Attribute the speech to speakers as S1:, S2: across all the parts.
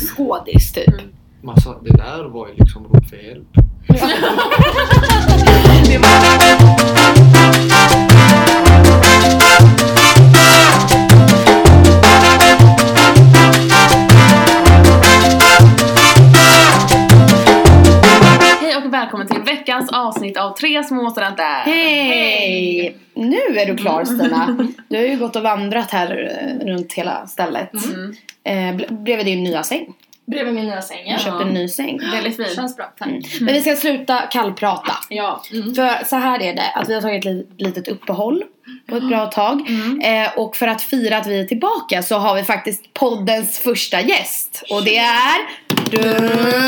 S1: porrskådis typ.
S2: Man sa, det där var ju liksom rop för hjälp.
S1: Det var-
S3: Hej och välkommen till veckans avsnitt av Tre små studenter.
S1: Hej! Nu är du klar Stina. Du har ju gått och vandrat här eh, runt hela stället.
S3: Mm.
S1: Eh, ble- bredvid din nya säng.
S4: Bredvid min nya säng.
S1: Du
S4: Ja.
S3: Kör.
S1: köpte en ny säng.
S3: Väldigt fin.
S4: Känns bra. Tack.
S1: Mm. Men vi ska sluta kallprata.
S4: Ja. Mm.
S1: För så här är det, att vi har tagit ett li- litet uppehåll på ett bra tag. Eh, och för att fira att vi är tillbaka så har vi faktiskt poddens första gäst. Och det är du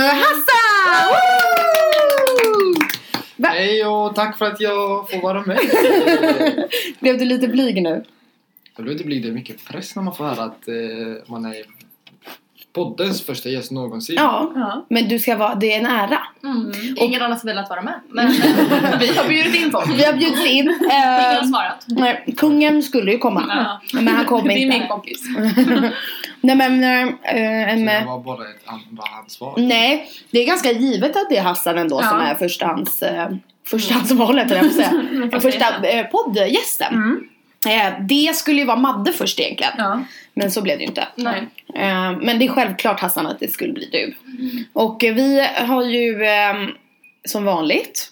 S1: Hassan! Woo!
S2: Hej och tack för att jag får vara med.
S1: Blev du lite blyg nu?
S2: Jag vill inte bli det mycket press när man får höra att eh, man är poddens första gäst någonsin.
S1: Ja.
S4: Ja.
S1: Men du ska vara, det är en ära.
S4: Mm. Ingen har annat velat vara med. Men vi har bjudit in folk.
S1: Vi har bjudit in.
S4: Ingen har
S1: Eh,
S4: svarat.
S1: nej, kungen skulle ju komma.
S4: Ja.
S1: Men han kom
S4: Det är min
S1: inte.
S4: kompis.
S1: Nej men, eh,
S2: Så
S1: en,
S2: det var bara ett andrahandsval.
S1: Nej, det är ganska givet att det är Hassan ändå
S4: Ja.
S1: som är förstahands... Eh, förstahandsvalet höll jag på att säga. Första eh, poddgästen.
S3: Mm.
S1: Eh, det skulle ju vara Madde först egentligen.
S3: Ja. Mm.
S1: Men så blev det ju inte.
S4: Nej.
S1: Eh, men det är självklart Hassan att det skulle bli du. Och eh, vi har ju eh, som vanligt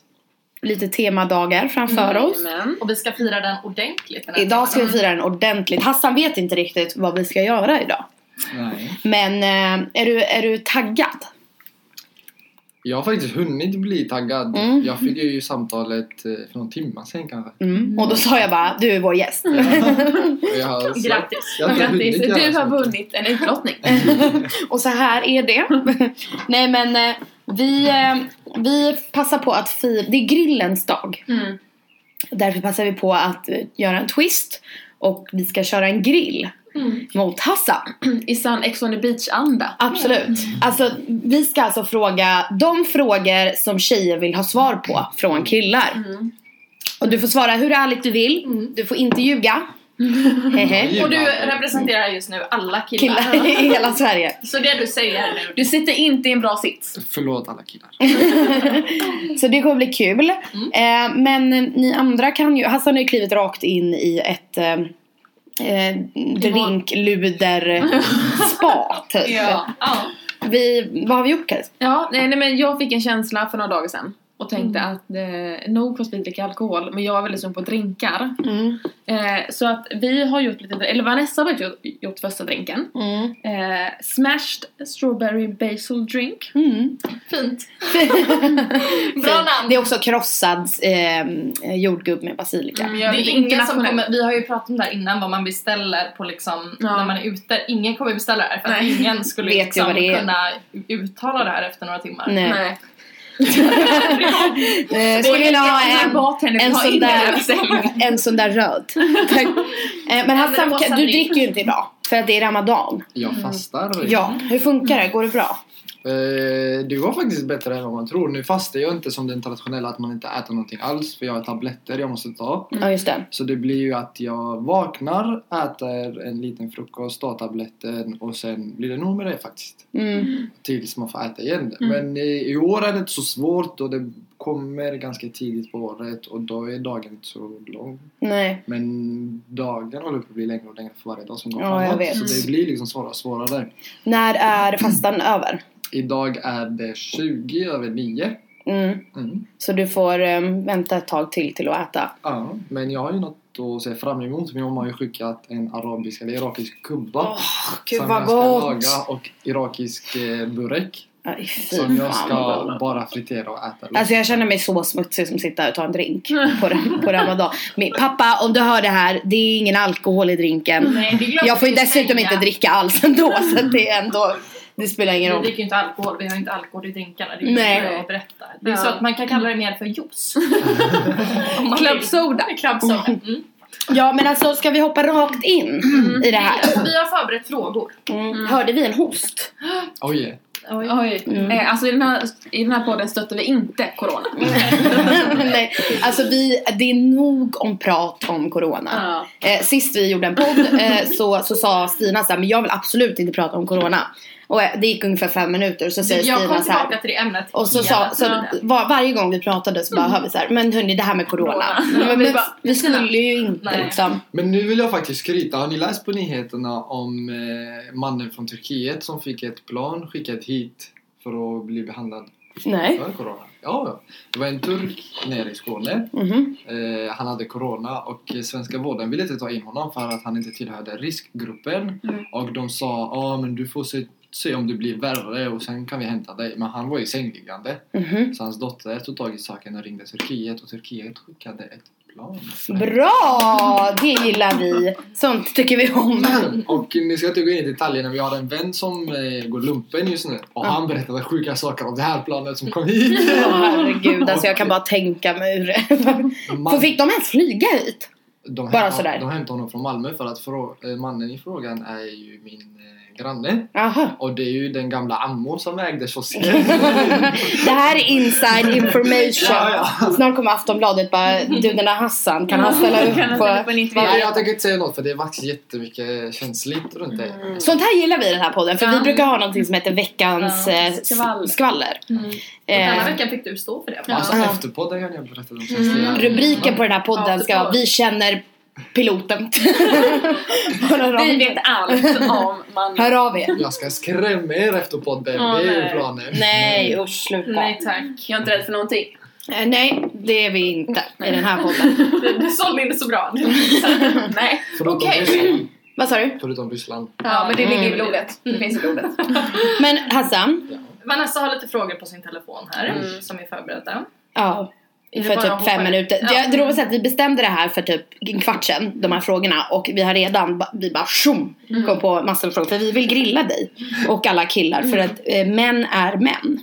S1: lite temadagar framför
S4: Mm.
S1: oss.
S3: Men.
S4: Och vi ska fira den ordentligt. den här
S1: Idag ska vi
S4: timmen.
S1: fira den ordentligt. Hassan vet inte riktigt vad vi ska göra idag.
S2: Nej.
S1: Men eh, är, du, är du taggad?
S2: Jag har faktiskt hunnit bli taggad.
S1: Mm.
S2: Jag fick ju samtalet eh, för någon timma sen kanske.
S1: Mm. Och då sa jag bara, du är vår gäst.
S2: Och jag har-
S4: Grattis.
S2: Jag har inte
S3: Grattis,
S2: hunnit göra
S3: du
S2: så
S3: har
S2: mycket.
S3: vunnit en utlottning.
S1: Och så här är det. Nej men eh, vi, eh, vi passar på att fira, det är grillens dag.
S3: Mm.
S1: Därför passar vi på att eh, göra en twist. Och vi ska köra en grill
S4: Mm.
S1: mot Hassan.
S3: I sann Ex on the beach-anda.
S1: Absolut.
S4: Mm.
S1: Alltså, vi ska alltså fråga de frågor som tjejer vill ha svar på från killar.
S3: Mm.
S1: Och du får svara hur ärligt du vill.
S4: Mm.
S1: Du får inte ljuga. Hehe.
S4: Och du representerar just nu alla killar.
S1: Killar i hela Sverige.
S4: Så det du säger nu.
S3: Du sitter inte i en bra sits.
S2: Förlåt alla killar.
S1: Så det kommer bli kul.
S4: Mm.
S1: Eh, men eh, ni andra kan ju, Hassan har ju klivit rakt in i ett eh, eh, drinkluder-spa typ.
S4: Ja. ja.
S1: vi, vad har vi gjort Kajs?
S3: Ja, nej, nej men jag fick en känsla för några dagar sedan. Och tänkte att eh, nog för att vi dricker alkohol, men jag är väldigt sugen på drinkar.
S1: Mm.
S3: Eh, så att vi har gjort lite, eller Vanessa har gjort, gjort första drinken.
S1: Mm.
S3: Eh, smashed strawberry basil drink.
S1: Mm.
S4: Fint. Bra
S1: Fint.
S4: namn.
S1: Det är också krossad eh, jordgubb med basilika.
S4: Mm, jag
S3: Det är
S4: vet, ingen som
S3: internationellt.
S4: kommer, vi har ju pratat om det här innan vad man beställer på liksom,
S3: Ja.
S4: när man är ute. Ingen kommer beställa det här för att
S3: Nej.
S4: ingen skulle
S1: Vet ju
S4: liksom
S1: vad det är.
S4: kunna uttala det här efter några timmar.
S1: Nej.
S3: Nej.
S1: Eh, skulle vilja ha
S3: en
S1: en,
S3: bartender
S1: en,
S3: vill ha
S1: sån
S3: in
S1: där,
S3: det.
S1: en sån där röd. Tack. Eh, men Hassan,
S4: rosa
S1: kan- du
S4: drink.
S1: dricker ju inte idag. För att det är Ramadan.
S2: Jag fastar.
S1: Ja, hur funkar det? Går det bra?
S2: Eh, det var faktiskt bättre än vad man tror. Nu fastar jag inte som den traditionella att man inte äter någonting alls. För jag har tabletter jag måste ta.
S1: Ja, just det.
S2: Så det blir ju att jag vaknar, äter en liten frukost, tar tabletten och sen blir det nog med det faktiskt.
S1: Mm.
S2: Tills man får äta igen.
S3: Mm.
S2: Men eh, i, i år är det inte så svårt och det kommer ganska tidigt på året och då är dagen inte så lång.
S1: Nej.
S2: Men dagen håller på att bli längre och längre för varje dag som går
S1: Ja,
S2: framåt.
S1: jag vet.
S2: Så det blir liksom svårare och svårare.
S1: När är fastan över?
S2: Idag är det 20 över 9.
S1: Mm.
S2: Mm.
S1: Så du får ehm, vänta ett tag till till att äta.
S2: Ja, men jag har ju något att se fram emot. Min mamma har ju skickat en arabisk eller irakisk kubba. som jag ska laga och irakisk eh, burek.
S1: Aj, fy
S2: Som jag
S1: fan vad
S2: ska
S1: gott.
S2: bara fritera och äta.
S1: Alltså jag känner mig så smutsig som sitter här och tar en drink på, på ramadan. Min, pappa om du hör det här, det är ingen alkohol i drinken.
S4: Nej, det är klart
S1: Jag får ju
S4: att vi
S1: dessutom
S4: säger.
S1: inte dricka alls ändå så att det är ändå, det spelar ingen
S4: Vi
S1: roll.
S4: dricker ju inte alkohol, vi har ju inte alkohol i drinkarna. Det är ju
S1: Nej.
S4: bra att berätta. Det är
S3: Ja.
S4: så att man kan kalla det mer för juice. Om man
S3: Club
S4: vill.
S3: soda.
S4: Club soda. Mm.
S1: Ja men alltså ska vi hoppa rakt in i det här?
S4: Vi har förberett frågor.
S1: Mm. Hörde vi en host?
S2: Oj! yeah.
S3: Oj.
S1: Mm.
S3: Eh, alltså i den, här, i den här podden stöttar vi inte corona.
S1: Nej, alltså vi, det är nog om prat om corona.
S3: Ja.
S1: Eh, sist vi gjorde en podd eh, så, så sa Stina så här, men jag vill absolut inte prata om corona. Och eh, det gick ungefär fem minuter så säger
S4: Jag kom
S1: Stina så här.
S4: tillbaka till det ämnet
S1: Och så,
S4: hela
S1: sa, så
S4: tiden.
S1: var, varje gång vi pratade så bara hör vi så här, men hörni det här med corona.
S4: Ja,
S1: Men,
S4: vi
S1: vi,
S4: bara,
S1: vi skulle ju inte
S4: Nej.
S1: liksom.
S2: Men nu vill jag faktiskt skryta. Har ni läst på nyheterna om eh, mannen från Turkiet som fick ett plan skickat hit för att bli behandlad
S1: Nej.
S2: för corona? Ja, ja. Det var en turk nere i Skåne.
S1: Mhm.
S2: Eh, han hade corona och eh, svenska vården ville inte ta in honom för att han inte tillhörde riskgruppen.
S4: Mm.
S2: Och de sa ja men du får se, se om det blir värre och sen kan vi hämta dig. Men han var ju sängliggande.
S1: Mhm.
S2: Så hans dotter tog tag i saken och ringde Turkiet och Turkiet skickade ett plan.
S1: Bra! Det gillar vi. Sånt tycker vi om.
S2: Och nu ska jag inte gå in i detaljerna, vi har en vän som eh, går lumpen just nu och
S1: Mm.
S2: han berättade sjuka saker om det här planet som kom hit.
S1: Åh, herregud, alltså jag kan bara tänka mig hur det
S2: Man-
S1: För Mm. fick de ens flyga hit?
S2: de
S1: bara
S2: hämtade-
S1: sådär.
S2: De hämtade honom från Malmö för att frå- eh, mannen i frågan är ju min eh, granne.
S1: Aha.
S2: Och det är ju den gamla ammon som ägde kiosken.
S1: Det här är inside information.
S2: Ja,
S1: Snart kommer Aftonbladet bara, du den där Hassan, kan han ställa
S3: Kan han
S1: upp
S3: ställa upp
S1: på...
S3: en intervju?
S2: Nej, jag tänker inte säga något för det är faktiskt jättemycket känsligt runt det.
S1: Sånt här gillar vi i den här podden för vi
S3: Ja.
S1: brukar ha någonting som heter veckans
S3: Ja,
S1: eh,
S3: skvall.
S1: s- skvaller.
S3: Mm.
S4: Denna
S1: Eh,
S4: veckan fick du stå för det.
S2: Ja. Alltså
S1: Ja.
S2: efter podden kan jag berätta de känsliga.
S3: Mm.
S1: rubriken på den här podden
S4: Ja,
S1: ska vara
S4: förstår.
S1: Vi känner piloten. Hör av
S3: Vi
S1: er.
S3: vet allt om man...
S1: Hör av er.
S2: Jag ska skrämma er efter podden,
S3: Ja,
S2: det är ju
S3: nej.
S2: planen. Mm.
S1: Nej usch sluta.
S4: Nej
S1: Nej.
S4: tack.
S3: Jag är inte rädd för någonting.
S1: Eh, Nej det är vi inte
S4: Mm.
S1: i den här podden.
S4: Du, du sålde inte så bra.
S3: Nej.
S2: Förutom
S3: Okej.
S2: Ryssland.
S1: Vad sa du?
S2: Förutom Ryssland.
S3: Ja, men det ligger i
S4: Mm.
S3: blodet. Det finns i blodet.
S1: Men Hassan.
S2: Ja.
S4: Vanessa har lite frågor på sin telefon här
S3: Mm.
S4: som är förberedda.
S1: Ja.
S4: Är det
S1: För
S4: bara
S1: typ
S4: att
S1: fem
S4: hoppa in?
S1: minuter.
S4: Ja.
S1: Jag tror att vi bestämde det här för typ en kvart sedan, de här frågorna. Och vi har redan, ba- vi bara tjom,
S4: Mm.
S1: kom på massor av frågor. För vi vill grilla dig och alla killar.
S4: Mm.
S1: För att eh, män är män.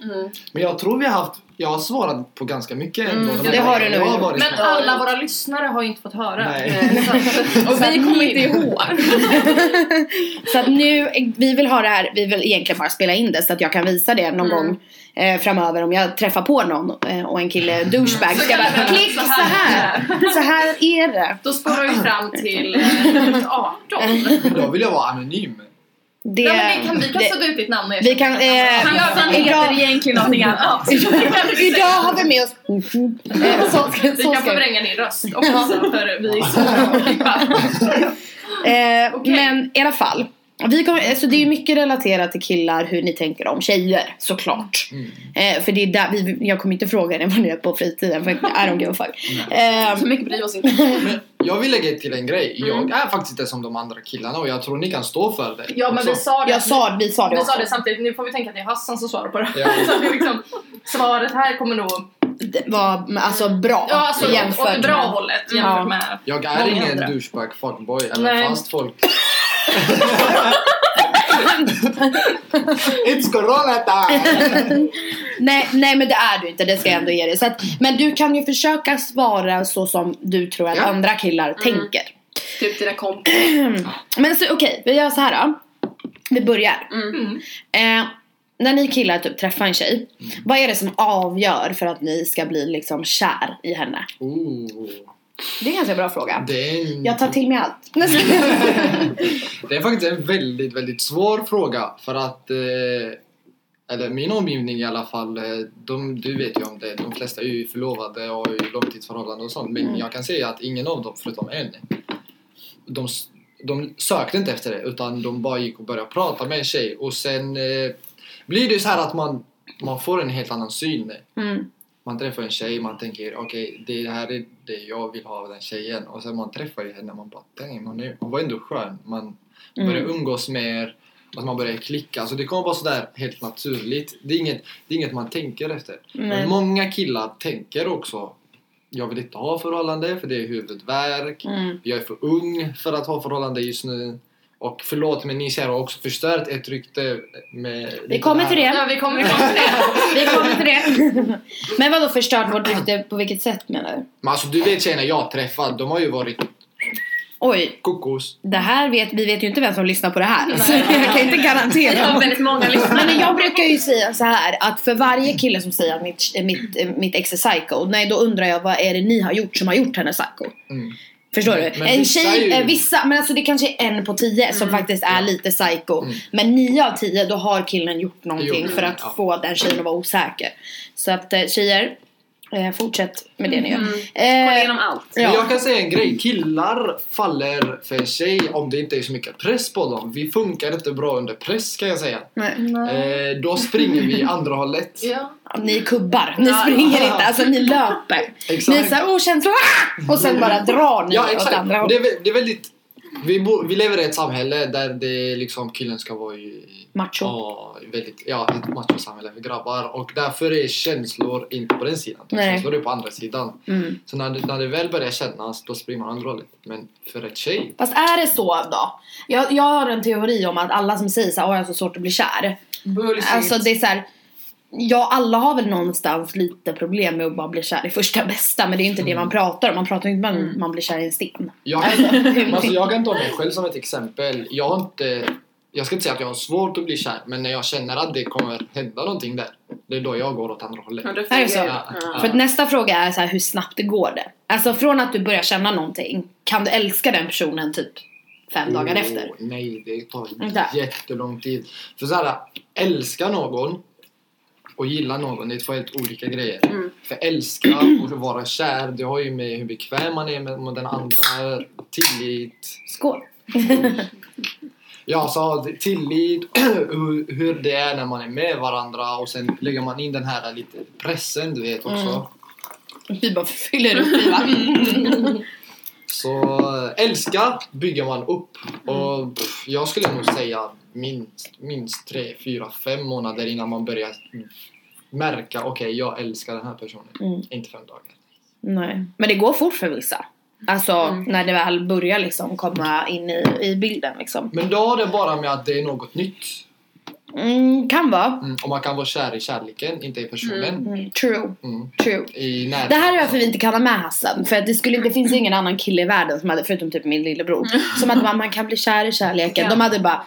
S2: Men jag tror vi har haft, jag har svarat på ganska mycket ändå.
S3: Mm,
S2: De här
S1: det har du
S2: gångerna jag
S1: nog
S2: har varit
S4: Men
S2: med.
S4: alla våra lyssnare har ju inte fått höra.
S2: Nej.
S4: Så- Och vi kommer inte ihåg.
S1: Så att nu, eh, vi vill ha det här, vi vill egentligen bara spela in det så att jag kan visa det någon
S4: Mm.
S1: gång eh, framöver om jag träffar på någon eh, och en kille douchebag
S4: Mm. Så
S1: ska
S4: kan det
S1: bara
S4: vara
S1: klick
S4: så
S1: så
S4: här.
S1: här. Så här är det.
S4: Då spårar vi fram till eh, 18.
S2: Då vill jag vara anonym.
S1: det,
S4: Ja, men vi kan, vi kan
S1: det-
S4: sudda ut ditt namn och
S1: vi kan, eh,
S4: Han gör fan
S1: idag-
S4: heter egentligen någonting annat.
S1: Idag har vi med oss... Eh, Så, ska-
S4: Vi
S1: så
S4: kan
S1: ska vi.
S4: förvränga din röst också för vi är så klippa.
S1: Eh,
S4: Okej.
S1: Men i alla fall. Vi kommer, alltså det är ju mycket relaterat till killar hur ni tänker om tjejer såklart.
S2: Mm.
S1: Eh, för det är där, vi, jag kommer inte fråga er vad ni gör på fritiden för I don't give a fuck.
S4: Mm.
S1: Eh,
S3: Så mycket bryr oss inte.
S2: Men jag vill lägga till en grej. Jag är faktiskt inte som de andra killarna och jag tror ni kan stå för det.
S4: Ja men vi
S2: också.
S4: sa det.
S1: jag sa, vi sa det
S4: vi
S1: också.
S4: sa det samtidigt, nu får vi tänka att det är Hassan som svarar på det här.
S2: Ja.
S4: Så det är liksom, svaret här kommer nog...
S1: Det var alltså bra
S4: Ja alltså åt, åt det
S1: jämfört
S4: bra
S1: med...
S4: hållet
S1: Ja.
S4: jämfört med...
S2: Jag är
S4: Många
S2: ingen
S4: andra.
S2: douchebag fuckboy eller
S4: Nej.
S2: fast folk. It's corona time!
S1: Nej, nej men det är du inte, det ska jag ändå ge dig. Så att, men du kan ju försöka svara så som du tror att
S2: Ja.
S1: andra killar
S4: Mm.
S1: tänker.
S3: Typ dina kompisar.
S1: Men så okej, vi gör så här då. Vi börjar.
S4: Mm.
S1: Eh, när ni killar typ träffar en tjej, vad är det som avgör för att ni ska bli liksom kär i henne?
S2: Oh,
S1: Det är en ganska bra fråga.
S2: det, är en,
S1: Jag tar till mig allt. Mm,
S2: det är faktiskt en väldigt, väldigt svår fråga för att eh, eller min omgivning i alla fall, eh, de, du vet ju om det, de flesta är ju förlovade och i långtidsförhållanden och sånt men jag kan säga att ingen av dem förutom en de, s- de sökte inte efter det utan de bara gick och började prata med en tjej och sen eh, blir det ju så här att man, man får en helt annan syn eh,
S1: Mm.
S2: man träffar en tjej, man tänker okej det här är det jag vill ha av den tjejen och sen man träffar ju henne och man bara damn hon, är, hon var ändå skön man
S1: Mm.
S2: börjar umgås mer att man börjar klicka, så det kommer bara sådär helt naturligt det är inget, det är inget man tänker efter men
S1: Nej.
S2: många killar tänker också jag vill inte ha förhållande för det är huvudvärk
S1: Mm.
S2: jag är för ung för att ha förhållande just nu och förlåt men ni ser också förstört ett rykte med
S1: Vi kommer till det.
S4: Ja vi kommer ifrån det.
S1: Vi kommer till det. Men vadå förstört vårt rykte? På vilket sätt menar du?
S2: Men alltså du vet tjejerna jag träffat, de har ju varit
S1: Oj,
S2: kokos
S1: det här vet, vi vet ju inte vem som lyssnar på det här.
S4: Nej.
S1: Så jag kan inte
S4: Vi
S1: garantera.
S4: har väldigt många lyssnare.
S1: Nej, men jag brukar ju säga så här att för varje kille som säger att mitt, mitt, mitt ex är psycho, nej då undrar jag vad är det ni har gjort som har gjort henne psycho?
S2: Mm.
S1: Förstår du?
S2: Men
S1: en
S2: vissa
S1: tjej,
S2: är ju-
S1: eh, vissa, men alltså det kanske är en på tio som faktiskt är lite psycho.
S2: Mm.
S1: Men nio av tio, då har killen gjort någonting
S2: Jo,
S1: för att
S2: ja.
S1: få den tjejen att vara osäker. Så att eh, tjejer, eh, fortsätt med det ni gör.
S3: Mm.
S1: Eh,
S3: Kolla igenom allt.
S2: Men
S1: ja.
S2: Jag kan säga en grej. Killar faller för en tjej om det inte är så mycket press på dem. Vi funkar inte bra under press kan jag säga.
S1: Nej.
S2: Eh, då springer vi andra hållet.
S4: Ja.
S1: Ni kubbar, ni
S4: Ja,
S1: springer
S2: ja.
S1: inte, alltså ni löper. Ni är
S2: Exakt. Mm.
S1: såhär okänslor, ah! och sen bara drar ni
S2: Ja,
S1: åt
S2: exakt.
S1: andra
S2: Det
S1: hållet.
S2: är, vä- det är väldigt... Vi, bo, vi lever i ett samhälle där det är liksom killen ska vara i...
S1: Macho.
S2: Ja, väldigt, ja, ett machosamhälle för grabbar. Och därför är känslor inte på den sidan.
S1: Nej.
S2: Känslor är på andra sidan.
S1: Mm.
S2: Så när det, när det väl börjar kännas, då springer man andra hållet. Men för ett tjej...
S1: Fast är det så då? Jag, jag har en teori om att alla som säger såhär, åh jag har så svårt att bli kär.
S2: Bullshit.
S1: Alltså det är så här. Ja, alla har väl någonstans lite problem med att bara bli kär i första bästa men det är ju inte det man pratar om. Man pratar ju inte om att man blir kär i en sten.
S2: Jag kan, alltså jag kan ta mig själv som ett exempel. Jag har inte... Jag ska inte säga att jag har svårt att bli kär, men när jag känner att det kommer hända någonting där, det är då jag går åt andra hållet.
S3: Ja, då
S1: Är det så?
S3: Ja.
S2: Ja.
S1: För att nästa fråga är så här, hur snabbt det går det? Alltså från att du börjar känna någonting, kan du älska den personen typ fem dagar
S2: Åh,
S1: efter?
S2: Nej, det tar
S1: Inte?
S2: jättelång tid. För såhär, älska någon och gilla någon, det är två helt olika grejer.
S3: Mm.
S2: För älska och vara kär, det har ju med hur bekväm man är med, med den andra, tillit.
S1: Skål!
S2: Ja, så tillit, hur- hur det är när man är med varandra och sen lägger man in den här lite pressen, du vet också.
S1: Mm. Vi bara fyller upp vi va?
S2: Så älska bygger man upp
S1: Mm.
S2: och pff, jag skulle nog säga minst, minst 3, 4, 5 månader innan man börjar märka okej jag älskar den här personen.
S1: Mm.
S2: Inte fem dagar.
S1: Nej. Men det går fort för vissa. Alltså
S3: Mm.
S1: när det väl börjar liksom komma in i, i bilden liksom.
S2: Men då har det bara med att det är något nytt.
S1: Mm, kan vara.
S2: Mm. Och man kan vara kär i kärleken, inte i personen.
S1: Mm, true,
S2: Mm.
S1: true.
S2: I närheten.
S1: Det här är varför vi inte kan ha med Hassan. För att det, skulle, det finns ju ingen annan kille i världen som hade, förutom typ min lillebror, som hade bara man kan bli kär i kärleken.
S3: Ja.
S1: De hade bara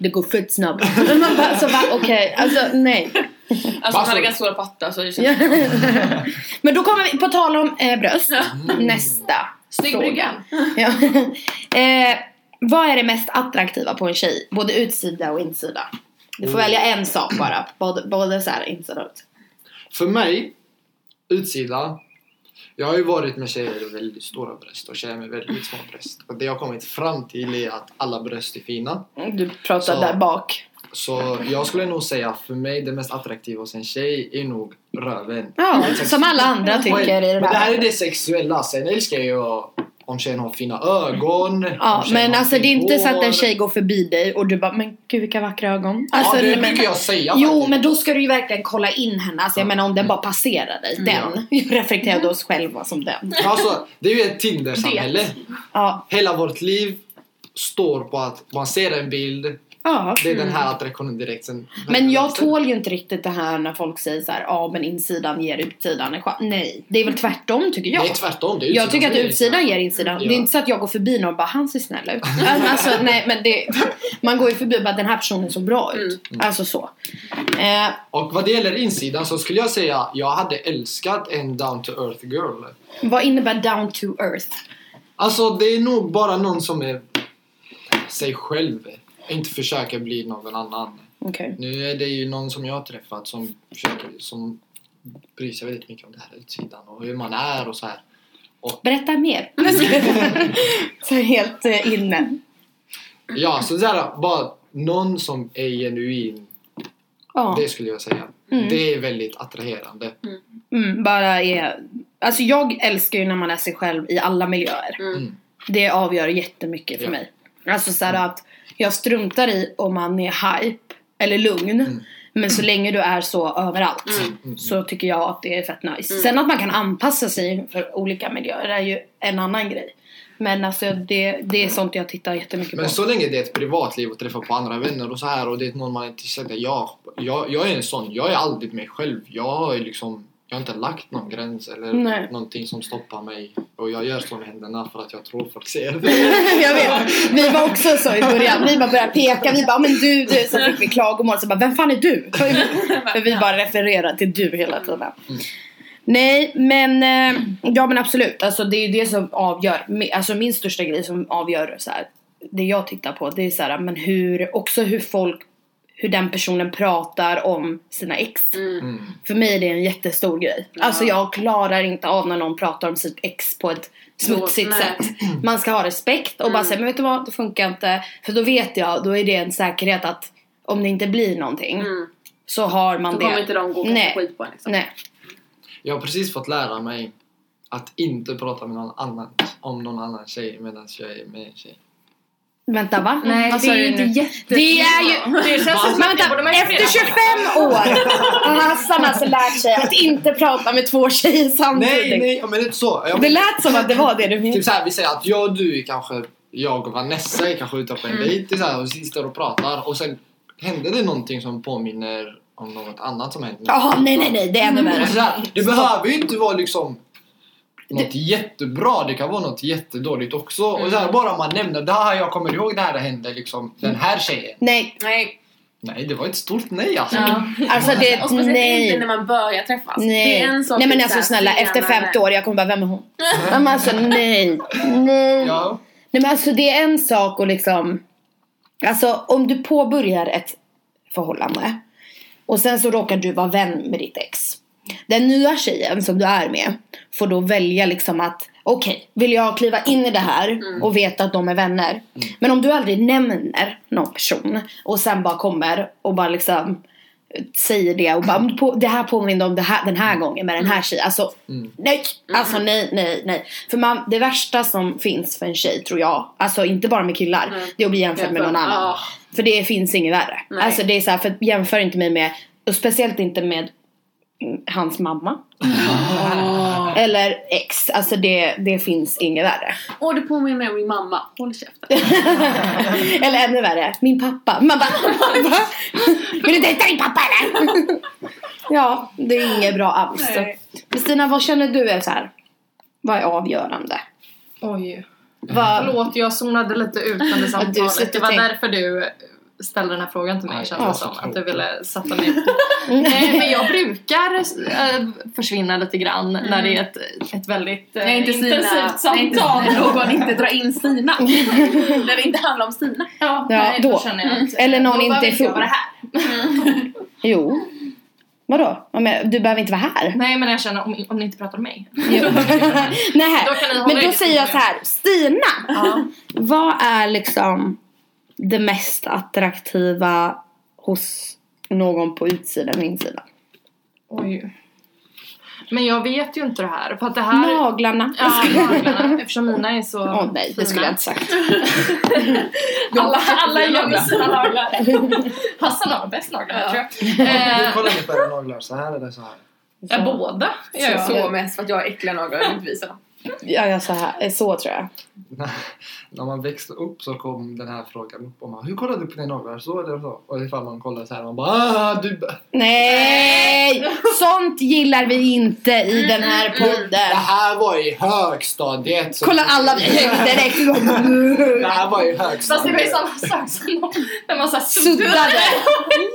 S1: det går fett snabbt. Men man bara, så bara okej, alltså nej.
S3: Alltså hon hade
S2: Massor.
S3: ganska stora pattar så det känns...
S1: Ja. Men då kommer vi, på tal om eh, bröst, nästa.
S4: Snygg
S1: fråga.
S4: brygga.
S1: Ja. Eh, vad är det mest attraktiva på en tjej? Både utsida och insida. Du får
S2: Oh.
S1: välja en sak bara. Både, både så här insida och utsida.
S2: För mig, utsida. Jag har ju varit med tjejer med väldigt stora bröst och tjejer med väldigt små bröst. Och det jag har kommit fram till är att alla bröst är fina.
S1: Mm, Du pratar
S2: Så.
S1: där bak.
S2: Så jag skulle nog säga för mig det mest attraktiva hos en tjej är nog röven.
S1: Ja, som alla andra tycker i
S2: Mm. Men
S1: den
S2: det
S1: här
S2: här är det sexuella. Sen älskar jag ju om tjejen har fina ögon. om
S1: Ja,
S2: tjejen
S1: men
S2: har
S1: alltså det är
S2: fint
S1: inte så att en
S2: hår.
S1: tjej går förbi dig och du bara men gud vilka vackra ögon. Alltså,
S2: ja, det
S1: men,
S2: brukar jag säga
S1: jo
S2: faktiskt.
S1: men då ska du ju verkligen kolla in henne. Alltså jag
S2: Mm.
S1: menar om den bara passerar dig. Den. Reflektera då oss själva som den.
S2: Alltså, det är ju ett Tinder-samhälle.
S1: Ja.
S2: Hela vårt liv står på att man ser en bild,
S1: ja.
S2: det är den här attraktionen direkt. Sen
S1: Mm. Men jag tål ju inte riktigt det här när folk säger så här, ja men insidan ger utsidan en chans. Nej, det är väl tvärtom tycker jag.
S2: Det är tvärtom. Det är
S1: jag tycker att
S2: utsidan.
S1: utsidan ger insidan.
S2: Ja.
S1: Det är inte så att jag går förbi någon och bara han ser snäll ut. alltså nej men det, man går ju förbi och bara den här personen såg bra
S2: Mm.
S1: ut. Alltså så. Eh,
S2: Och vad det gäller insidan så skulle jag säga jag hade älskat en down to earth girl.
S1: vad innebär down to earth?
S2: Alltså det är nog bara någon som är sig själv. Inte försöker bli någon annan.
S1: Okej.
S2: Nu är det ju någon som jag har träffat som försöker, som bryr sig väldigt mycket om det här utsidan och hur man är och så här.
S1: Berätta mer. Nu ska jag- så helt eh, inne.
S2: Ja, så där, bara någon som är genuin.
S1: Ja.
S2: Det skulle jag säga.
S1: Mm.
S2: Det är väldigt attraherande.
S1: Mm, bara är... Alltså jag älskar ju när man är sig själv i alla miljöer.
S3: Mm.
S1: Det avgör jättemycket för
S2: Ja. Mm.
S1: mig. Alltså så här att jag struntar i om man är hype eller lugn.
S2: Mm.
S1: Men så länge du är så överallt så tycker jag att det är fett nice. Sen att man kan anpassa sig för olika miljöer är ju en annan grej. Men alltså det, det är sånt jag tittar jättemycket på.
S2: Men så länge det är ett privatliv och träffar på andra vänner och så här och det är någon man inte känner. Jag, jag, jag är en sån. Jag är aldrig mig själv. Jag har ju liksom jag har inte lagt någon gräns eller
S1: Nej.
S2: någonting som stoppar mig. Och jag gör så med händerna för att jag tror folk ser det.
S1: jag vet. Vi var också så i början. Vi bara började peka. Vi bara, men du, du. Så fick vi klagomål. Så bara, vem fan är du? För vi bara refererar till du hela tiden. Nej, men eh, ja men absolut. Alltså det är ju det som avgör. Mi- Alltså min största grej som avgör så här, det jag tittar på det är så här, men hur, också hur folk, hur den personen pratar om sina ex.
S2: Mm.
S1: För mig är det en jättestor grej. Alltså jag klarar inte av när någon pratar om sitt ex på ett smutsigt
S3: nej. Mm.
S1: sätt. Man ska ha respekt och bara säga men vet du vad, det funkar inte. För då vet jag, då är det en säkerhet att om det inte blir någonting så har man
S3: Mm. Då
S1: det.
S3: kommer inte de gå och
S1: Nej.
S3: kasta skit på en liksom.
S1: Nej.
S2: Jag har precis fått lära mig att inte prata med någon annan om någon annan tjej medan jag är med en tjej.
S1: Vänta va? Mm.
S3: Nej,
S1: Vad
S3: det
S1: sa
S3: är ju
S1: du
S3: inte
S1: nu?
S3: jätte...
S1: Det är ju... Det känns som, men vänta, efter 25 år har Hassan alltså lärt sig att inte prata med två tjejer samtidigt.
S2: Nej, nej, men det är inte så. Jag,
S1: Det lät som att det var det du
S2: typ
S1: menade.
S2: så här, vi säger att jag och du är kanske, jag och Vanessa är kanske ute på
S1: Mm.
S2: en dejt så här, och vi sitter och pratar och sen händer det någonting som påminner om något annat som hänt.
S1: Jaha, nej nej nej, det är ännu värre.
S2: Alltså så här, det behöver ju inte vara liksom något jättebra, det kan vara något jättedåligt också. Och så
S1: Mm.
S2: här, bara man nämner det här, jag kommer ihåg det här hände liksom den här tjejen.
S1: Nej,
S3: Nej.
S2: Nej, det var ett stort nej alltså.
S1: alltså det är
S3: Och
S1: ett
S3: speciellt
S1: nej.
S3: inte när man börjar träffas. Det
S1: Nej.
S3: är en sak
S1: nej men
S3: att
S1: alltså
S3: så här
S1: snälla,
S3: senare-
S1: efter 50 år, jag kommer bara, vem är hon? Ja, men alltså nej. Nej.
S2: Ja.
S1: nej men alltså det är en sak och liksom, alltså om du påbörjar ett förhållande och sen så råkar du vara vän med ditt ex. Den nya tjejen som du är med får då välja liksom att okej, vill jag kliva in i det här och veta att de är vänner? Men om du aldrig nämner någon person och sen bara kommer och bara liksom säger det och bara "Men på, det här påminner om det här, den här gången med den här tjejen. Alltså nej, alltså nej, nej, nej. För man, det värsta som finns för en tjej tror jag, alltså inte bara med killar, det är att bli jämförd med någon
S3: Jämför.
S1: annan.
S3: Ah.
S1: För det finns inget värre.
S3: Nej.
S1: Alltså det är så här, för jämför inte mig med, och speciellt inte med mm, hans mamma. Eller ex, alltså det, det finns inget värre.
S3: Åh, det påminner mig om min mamma. Håll käften.
S1: Eller ännu värre, min pappa. Man bara, va? Vill du dejta din pappa eller? ja, det är inget bra alls.
S3: Nej.
S1: Kristina, vad känner du är så här? Vad är avgörande?
S4: Oj.
S1: Vad,
S4: Förlåt, jag zonade lite ut under
S1: du
S4: samtalet.
S1: sitter
S4: Det var
S1: tänk-
S4: därför du ställde den här frågan till mig
S2: Aj,
S4: kändes
S2: ja.
S4: det som. Att du ville sätta mig Mm.
S1: Mm.
S4: Nej, men jag brukar eh, försvinna lite grann
S1: Mm.
S4: när det är ett, ett väldigt eh,
S3: Nej, inte Stina.
S4: intensivt
S3: Nej, inte-
S4: samtal.
S3: när någon inte drar in Stina. När det inte handlar om Stina.
S4: Ja,
S1: Ja,
S4: nej, då.
S1: då.
S4: känner jag att,
S1: Eller någon
S4: då
S1: inte
S4: behöver
S1: är
S4: jag
S1: full.
S4: vara här.
S1: jo. Vadå? Vad menar- Du behöver inte vara här.
S4: Nej men jag känner om, om ni inte pratar om mig.
S1: Nej,
S4: Då kan ni hålla
S1: men
S4: er
S1: då
S4: till
S1: säger jag så här. Stina,
S4: Ja.
S1: vad är liksom det mest attraktiva hos någon på utsidan och insidan?
S4: Oj. Men jag vet ju inte det här för att det här
S1: Naglarna.
S4: Ja, naglarna, eftersom mina är så
S1: Åh nej, det skulle jag inte sagt.
S4: Alla, alla
S3: jag
S4: gör med
S3: med
S4: sina naglar. Hassan har bäst naglar tror jag.
S2: Du
S4: Eh,
S2: kollar ungefär naglar så här eller så här.
S4: ja, båda gör jag.
S3: Så mest för att jag har äckliga naglar och inte visar
S1: Ja, jag så, här, eh, så tror jag.
S2: När- När man växte upp så kom den här frågan upp. Och man, Hur kollar du på dina naglar? Så eller så? Och ifall man kollar så här man bara ah, du...
S1: Nej! Sånt gillar vi inte
S4: Mm,
S1: i den här
S2: Det
S1: podden.
S2: här var i högstadiet. så-
S1: Kolla alla vi direkt.
S2: Det här var i
S4: Fast det var ju
S2: högstadiet.
S4: samma sak som de- när man såhär
S1: Suddade.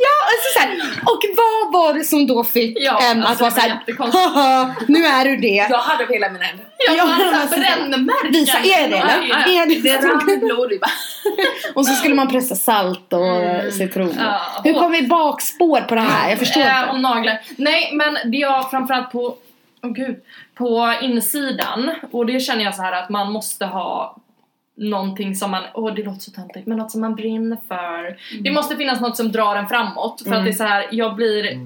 S1: Ja, alltså så här. Och vad var det som då fick
S4: Ja,
S1: en att
S4: alltså,
S1: vara
S4: det var
S1: såhär
S4: jättekonstigt.
S1: Haha, nu är du det.
S3: Jag hade över hela mina händer.
S4: Jag
S1: Ja,
S4: var såhär
S1: alltså,
S4: brännmärken.
S1: Visa, är det eller?
S4: Ja, ja.
S1: Är
S3: Det
S1: det?
S3: rann blod i bara.
S1: Och så skulle man pressa salt och citron.
S4: Mm. Ja.
S1: Hur kom vi bakspår på det här? Jag förstår
S4: Eh,
S1: inte.
S4: om naglar. Nej men det jag framförallt på, åh gud, på insidan och det känner jag så här att man måste ha någonting som man, åh det låter så töntigt, men något som man brinner för.
S1: Mm.
S4: Det måste finnas något som drar en framåt för att det är så här, jag blir,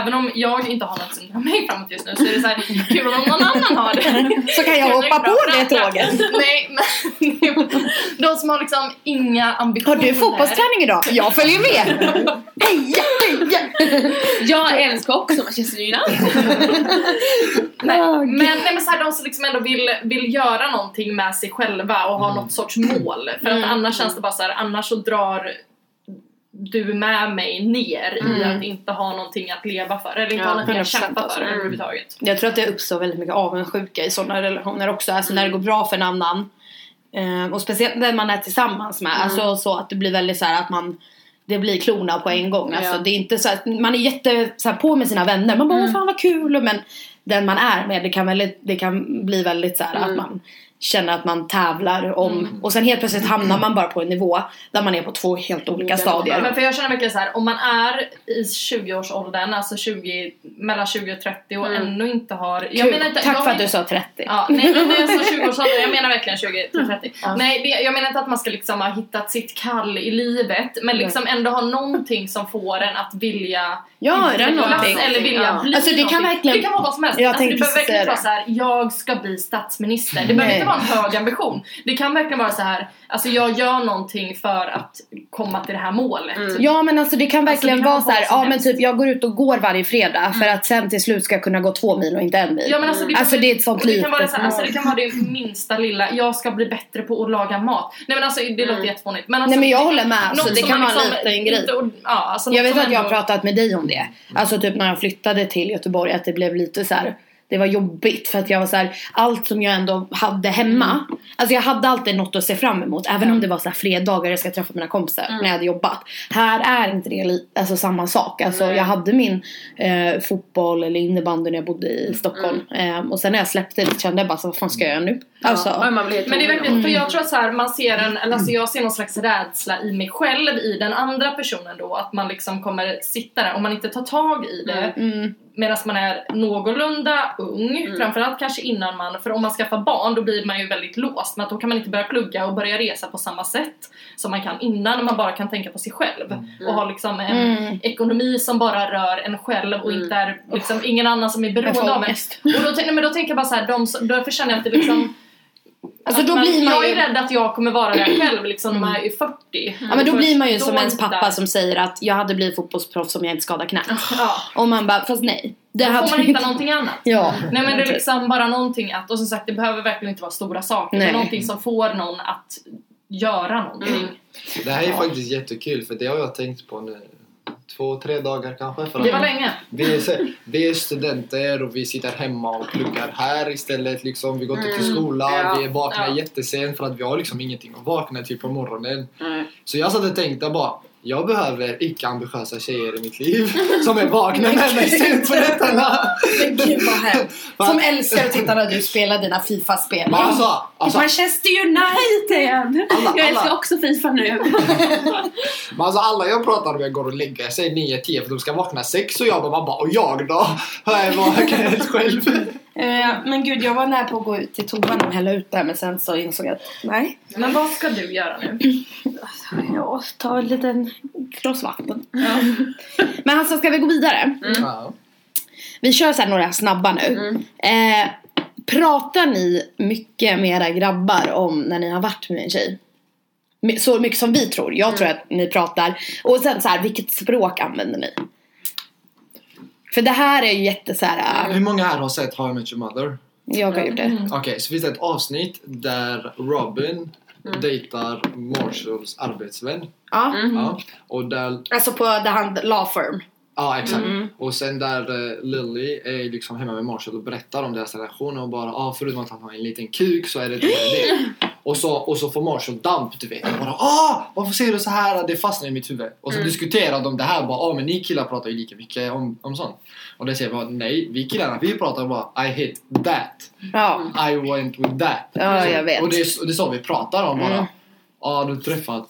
S4: även om jag inte har något som drar mig framåt just nu så är det så här kul om någon annan har det.
S1: Så kan jag
S4: Kul,
S1: hoppa
S4: det är
S1: på
S4: bra.
S1: det tåget.
S4: Nej men de som har liksom inga
S1: Har
S4: ambitioner.
S1: du fotbollsträning idag? Jag följer med! Heja, heja!
S3: Jag älskar också Manchester United.
S4: Nej,
S1: Åh,
S4: men, nej, men så här, de som liksom ändå vill, vill göra någonting med sig själva och ha något sorts mål. För
S1: Mm.
S4: att annars känns det bara så här, annars så drar du med mig ner i
S1: Mm.
S4: att inte ha någonting att leva för. Eller inte
S3: Ja,
S4: ha någonting att
S1: 100%
S4: kämpa
S1: alltså.
S4: för överhuvudtaget.
S1: Jag tror att det uppstår väldigt mycket avundsjuka i sådana relationer också. Alltså när det går bra för en annan. Ehm, och speciellt när man är tillsammans med.
S4: Mm.
S1: Alltså så att det blir väldigt så här att man det blir klona på en gång. Alltså,
S3: Ja.
S4: Mm.
S1: det är inte så att man är jätte så här, på med sina vänner. Man bara åh fan vad kul. Men den man är med. Det kan, väldigt, det kan bli väldigt så här
S3: Mm.
S1: att man känner att man tävlar om
S4: Mm.
S1: och sen helt plötsligt hamnar man bara på en nivå där man är på två helt olika
S3: Olika
S1: stadier.
S3: nivåer.
S4: Men för jag känner verkligen så här, om man är i 20-årsåldern, alltså 20, mellan 20 och 30 och
S3: Mm.
S4: ändå inte har... Jag
S1: Kul.
S4: menar inte,
S1: Tack
S4: jag
S1: för att
S4: men-
S1: du sa 30.
S4: Ja, nej, nej, nej, jag sa 20-årsåldern, alltså jag menar verkligen 20 till 30.
S1: Mm. Ja.
S4: Nej, det, jag menar inte att man ska liksom ha hittat sitt kall i livet,
S1: Mm.
S4: men liksom ändå ha någonting som får en att vilja
S1: Göra någonting.
S4: eller vilja
S3: Ja.
S4: bli
S1: Alltså, det kan
S4: någonting.
S1: verkligen-
S4: Det kan vara vad som helst.
S1: Jag
S4: Alltså, det
S1: tänkte
S4: behöver verkligen inte
S1: säga
S4: vara så här. jag ska bli statsminister. Det behöver
S1: Nej.
S4: inte vara en hög ambition. Det kan verkligen vara så här. alltså jag gör någonting för att komma till det här målet.
S3: Mm.
S1: Ja men alltså det kan
S4: Alltså,
S1: verkligen
S4: det kan
S1: vara
S4: vara
S1: så här,
S4: vad som
S1: ja men
S4: helst.
S1: typ jag går ut och går varje fredag för att sen till slut ska jag kunna gå två mil och inte en mil.
S4: Ja, men alltså, det,
S1: Alltså, det är ett sånt
S4: och det kan vara
S1: litet
S4: så här, alltså, det kan vara det minsta lilla, jag ska bli bättre på att laga mat. Nej men alltså det låter
S3: Mm.
S4: jättefånigt. Men alltså,
S1: Nej, men jag
S4: det kan-
S1: håller med. Alltså,
S4: något
S1: det
S4: som
S1: kan
S4: man liksom
S1: vara en liten grej.
S4: inte ord- ja, alltså,
S1: Jag
S4: något
S1: vet
S4: som
S1: att jag har
S4: ändå-
S1: pratat med dig om det. Alltså typ när jag flyttade till Göteborg att det blev lite så här. Det var jobbigt för att jag var så här, allt som jag ändå hade hemma. Alltså jag hade alltid något att se fram emot. Även om det var så här fredagar jag ska träffa mina kompisar när jag hade jobbat. Här är inte det li- alltså samma sak. Alltså jag hade min eh, fotboll eller innebandy när jag bodde i Stockholm. Eh, och sen när jag släppte det kände jag bara så vad fan ska jag göra nu? Alltså.
S3: Ja, man blir helt
S4: Men det är
S3: ovillig.
S4: verkligen, för
S1: Mm.
S4: jag tror att så här, man ser en, eller alltså jag ser någon slags rädsla i mig själv i den andra personen då att man liksom kommer sitta där om man inte tar tag i det
S1: Mm.
S4: medan man är någorlunda ung, framförallt kanske innan man, för om man skaffar barn då blir man ju väldigt låst men att då kan man inte börja plugga och börja resa på samma sätt som man kan innan när man bara kan tänka på sig själv och ha liksom en
S1: Mm.
S4: ekonomi som bara rör en själv och
S3: Mm.
S4: inte är liksom ingen annan som är beroende
S1: får
S4: av en.
S1: ångest.
S4: Och då, tänk- men då tänker jag bara så här, de, som- därför känner jag att det liksom
S1: Alltså
S4: att
S1: då
S4: man,
S1: blir man
S4: jag
S1: ju- Mm.
S4: är rädd att jag kommer vara där själv liksom när man är 40.
S1: Ja men då blir man ju
S4: Först
S1: som
S4: då
S1: ens pappa
S4: där.
S1: som säger att jag hade blivit fotbollsproffs om jag inte skadade knät.
S4: Ja.
S1: Och man bara, fast nej. Det
S4: Då
S1: hade
S4: får man
S1: jag
S4: hitta
S1: inte-
S4: någonting annat.
S1: Ja.
S4: Nej men det är
S1: Typ.
S4: liksom bara någonting att, och som sagt det behöver verkligen inte vara stora saker,
S1: Nej.
S4: men någonting som får någon att göra någonting.
S2: Det här är faktiskt jättekul för det har jag tänkt på nu. Två, tre dagar kanske. För
S4: Det var
S2: att
S4: länge.
S2: vi, är, så- vi är studenter och vi sitter hemma och pluggar här istället. Liksom. Vi går inte till
S3: Mm,
S2: skolan,
S3: ja,
S2: vi är vakna
S4: ja.
S2: jättesent för att vi har liksom ingenting att vakna till på morgonen.
S3: Mm.
S2: Så jag satt och tänkte bara, jag behöver icke-ambitiösa tjejer i mitt liv som är vakna med mig sent på nätterna.
S1: Men gud vad hemskt.
S2: Va?
S1: Som älskar att titta när du spelar dina Fifa-spel.
S2: Alltså,
S1: Och
S2: alltså,
S1: Manchester United!
S2: alla,
S3: Jag älskar
S2: alla,
S3: också Fifa nu.
S2: men alltså alla jag pratar med går och lägger sig 9-10 för de ska vakna 6 och jag bara, bara och jag då? Jag var helt själv.
S1: Eh, men gud, jag var nära på att gå ut till toan och hälla ut det här men sen så insåg jag att nej.
S4: Men vad ska du göra nu?
S1: Ja, ta en liten kross vatten. men alltså, ska vi gå vidare?
S2: Ja.
S1: Vi kör så här några snabba nu. Eh, pratar ni mycket med era grabbar om när ni har varit med en tjej? My- Så mycket som vi tror. Jag tror att ni pratar. Och sen så här, vilket språk använder ni? För det här är ju jätte så här. äh,
S2: Hur många här har sett How I Met Your Mother?
S1: Jag har gjort det.
S2: Okej, så finns det ett avsnitt där Robin dejtar Marshalls arbetsvän.
S1: Ja.
S3: Mm.
S2: Ja, och där,
S1: Mm. Alltså på The Hand Law Firm.
S2: ja exakt.
S1: Mm.
S2: Och sen där eh, Lily är liksom hemma med Marshall och berättar om deras relation och bara ah, förutom att han har en liten kuk så är det det och det. Och så, och så får Marshall damp du vet. Och bara ah, varför säger du så här? Det fastnar i mitt huvud.
S1: Mm.
S2: Och så diskuterar de det här bara ah men ni killar pratar ju lika mycket om, om sånt. Och det säger bara nej, vi killarna vi pratar bara I hit that.
S1: Ja.
S2: I went with that.
S1: Ja,
S2: Alltså,
S1: jag vet.
S2: Och det, är, och det är så vi pratar om bara.
S1: Mm.
S2: Ja, du träffat...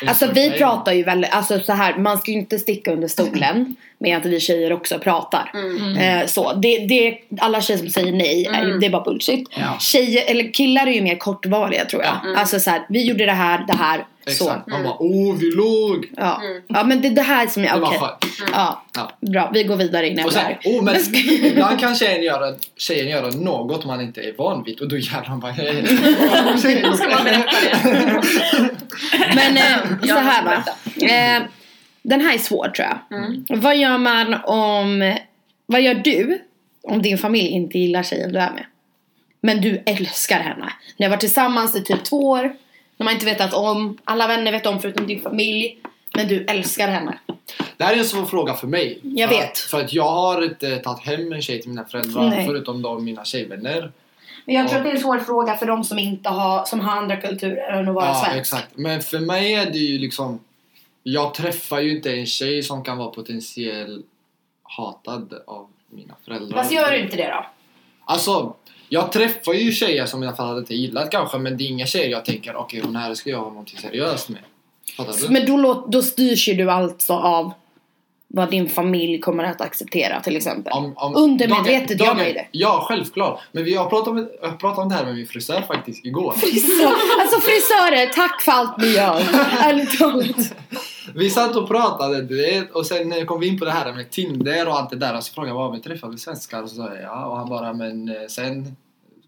S2: en
S1: Alltså
S2: sån
S1: vi
S2: tjej.
S1: pratar ju väldigt, alltså så här, man ska ju inte sticka under
S2: Mm.
S1: stolen med att vi tjejer också pratar. Eh, så det, det, alla tjejer som säger nej, är ju- det är bara bullshit.
S2: Mm. Ja. Mm.
S1: Tjejer, eller killar är ju mer kortvariga tror jag. Alltså så här, vi gjorde det här, det här, så. Mm.
S2: Exakt. Man bara åh, vi låg!
S1: Ja. ja men det är det här som
S2: Det
S1: jag,
S2: var
S1: okej.
S2: skönt.
S1: Ja,
S2: Ja.
S1: bra vi går vidare innan
S2: Och
S1: jag
S2: sen,
S1: där.
S2: oh, men ibland kan tjejen göra, tjejen göra något man inte är van vid och då jävlar bara hej.
S4: Då ska man berätta det.
S1: Men eh, så
S3: Jag
S1: här va.
S3: måste
S1: Eh, den här är svår tror jag.
S2: Mm.
S1: Vad gör man om, vad gör du om din familj inte gillar tjejen du är med? Men du älskar henne. Ni har varit tillsammans i typ två år. De har inte vetat om, alla vänner vet om förutom din familj. Men du älskar henne.
S2: Det här är en svår fråga för mig.
S1: Jag
S2: för
S1: vet.
S2: Att, för att jag har inte tagit hem en tjej till mina föräldrar
S1: Nej.
S2: förutom då mina tjejvänner.
S1: Men jag tror att det är en svår fråga för de som inte har, som har andra kulturer än att vara
S2: Ja,
S1: svensk.
S2: exakt. Men för mig är det ju liksom... Jag träffar ju inte en tjej som kan vara potentiell hatad av mina föräldrar.
S4: Fast gör inte det då.
S2: Alltså, jag träffar ju tjejer som i alla fall hade inte gillat kanske, men det är inga tjejer jag tänker okej hon här ska jag ha någonting seriöst med. Fattar du?
S1: Men då, låt, då styrs ju du alltså av vad din familj kommer att acceptera till exempel.
S2: Om- om-
S1: Undermedvetet gör
S2: Dagen-
S1: man
S2: dagen-
S1: ju det.
S2: Ja, självklart. Men vi- jag pratade om, jag pratade om det här med min frisör faktiskt igår.
S1: Frisör, alltså frisörer, tack för allt ni gör. Ärligt talat.
S2: Vi satt och pratade du vet, och sen eh, kom vi in på det här med Tinder och allt det där och så frågade jag bara, men träffar du svenskar? Och så sa jag ja och han bara men eh, sen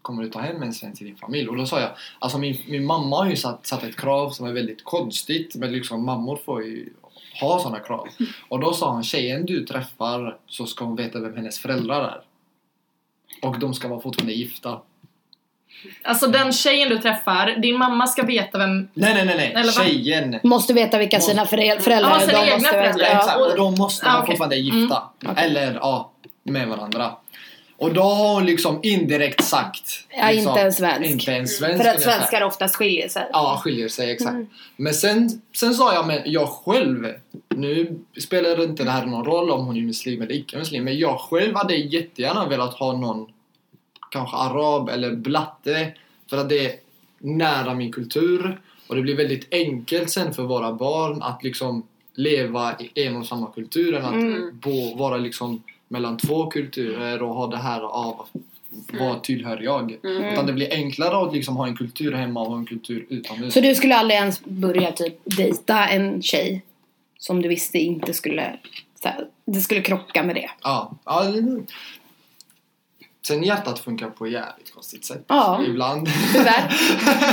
S2: kommer du ta hem en svensk till din familj? Och då sa jag alltså min, min mamma har ju satt, satt ett krav som är väldigt konstigt men liksom mammor får ju ha sådana krav. Och då sa han tjejen du träffar så ska hon veta vem hennes föräldrar är. Och de ska vara fortfarande gifta.
S4: Alltså den tjejen du träffar, din mamma ska veta vem...
S2: Nej nej nej nej,
S4: Eller va?
S2: tjejen!
S1: Måste veta vilka
S2: Måste-
S1: sina föräldrar föräldrar
S4: Ja,
S1: är.
S4: sina
S1: De
S4: egna
S1: måste
S4: föräldrar,
S1: veta.
S2: Exakt,
S1: Ja. Mm.
S2: och då måste
S4: Ja,
S2: de
S4: okej.
S2: fortfarande gifta.
S1: Okej.
S2: Eller ja, med varandra. Och då har hon liksom indirekt sagt.
S1: Ja,
S2: liksom,
S1: inte en svensk.
S2: Inte en svensk.
S1: För att
S2: ungefär.
S1: svenskar oftast skiljer sig.
S2: Ja, skiljer sig exakt. Men sen, sen sa jag, men jag själv. Nu spelar det inte det här någon roll om hon är muslim eller icke muslim. Men jag själv hade jättegärna velat ha någon, kanske arab eller blatte. För att det är nära min kultur. Och det blir väldigt enkelt sen för våra barn att liksom leva i en och samma kultur. Än att bo, vara liksom mellan två kulturer och ha det här av vad tillhör jag?
S1: Mm.
S2: Utan det blir enklare att liksom ha en kultur hemma och ha en kultur utomhus.
S1: Så du skulle aldrig ens börja typ dejta en tjej som du visste inte skulle, så här, det skulle krocka med det?
S2: Ja. ja. det- Sen hjärtat funkar på jävligt konstigt sätt.
S1: Ja.
S2: Ibland.
S1: Tyvärr.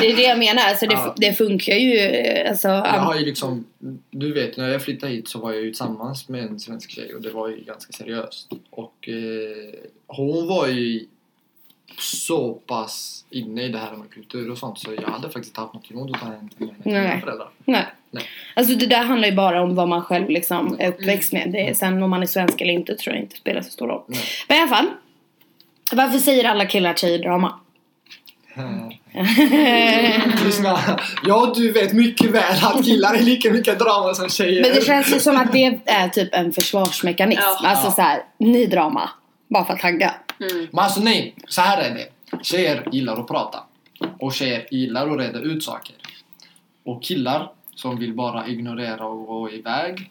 S1: Det är det jag menar. Alltså det,
S2: Ja.
S1: det funkar ju. eh, Alltså,
S2: Jag
S1: an-
S2: har ju liksom, du vet när jag flyttade hit så var jag ju tillsammans med en svensk tjej och det var ju ganska seriöst. Och eh, hon var ju så pass inne i det här med kultur och sånt så jag hade faktiskt inte haft något emot att ta hem henne till mina
S1: Nej.
S2: föräldrar.
S1: nej.
S2: Nej. Mm.
S1: Alltså det där handlar ju bara om vad man själv liksom är uppväxt med. Det är, sen om man är svensk eller inte tror jag inte spelar så stor roll.
S2: Nej.
S1: Men i alla fall. Varför säger alla killar att tjejer är drama?
S2: Lyssna, ja du vet mycket väl att killar är lika mycket drama som tjejer.
S1: Men det känns ju som att det är typ en försvarsmekanism.
S3: Ja.
S1: Alltså så här, ni drama. Bara för att tagga.
S3: mm,
S2: Men alltså nej, så här är det. Tjejer gillar att prata. Och tjejer gillar att reda ut saker. Och killar som vill bara ignorera och gå iväg.